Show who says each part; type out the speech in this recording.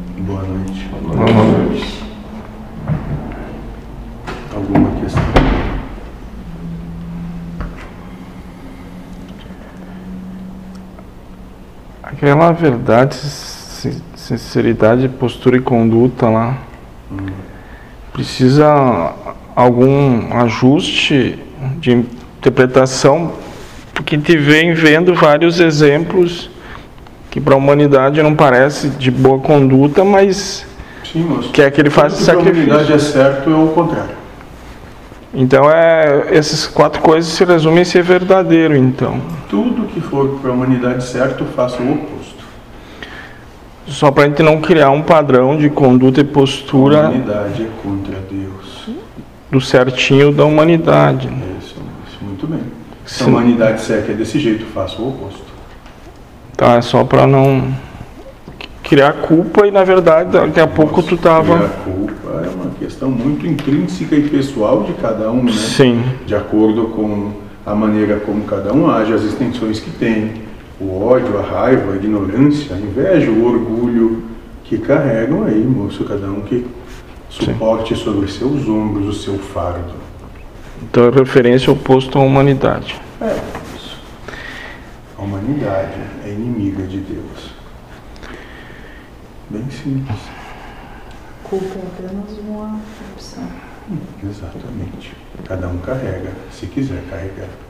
Speaker 1: noite.
Speaker 2: Boa noite.
Speaker 1: Alguma questão?
Speaker 2: Aquela verdade, sin- sinceridade, postura e conduta lá. Precisa algum ajuste de interpretação, porque te vem vendo vários exemplos que para a humanidade não parece de boa conduta, mas
Speaker 1: Sim, mas
Speaker 2: que é que ele faz
Speaker 1: tudo que a humanidade
Speaker 2: sacrifício.
Speaker 1: é certo é o contrário.
Speaker 2: Então é essas quatro coisas se resumem em ser verdadeiro, então.
Speaker 1: Tudo que for para a humanidade certo, faça o oposto.
Speaker 2: Só para a gente não criar um padrão de conduta e
Speaker 1: A
Speaker 2: postura
Speaker 1: humanidade é contra Deus.
Speaker 2: do certinho da humanidade. né?
Speaker 1: É isso, isso muito bem. Se a
Speaker 2: Sim.
Speaker 1: humanidade certa é desse jeito, faça o oposto.
Speaker 2: Tá, é só pra não criar culpa e na verdade daqui a pouco tu
Speaker 1: E
Speaker 2: tava.
Speaker 1: a culpa é uma questão muito intrínseca e pessoal de cada um, né?
Speaker 2: Sim,
Speaker 1: de acordo com a maneira como cada um age, as extensões que tem, o ódio, a raiva, a ignorância, a inveja, o orgulho que carregam aí, moço, cada um que suporte sobre seus ombros o seu fardo.
Speaker 2: então é referência oposto à humanidade.
Speaker 1: É isso. A humanidade é inimiga de Deus. Bem simples.
Speaker 3: Culpa é apenas uma opção.
Speaker 1: Exatamente. Cada um carrega, se quiser carregar.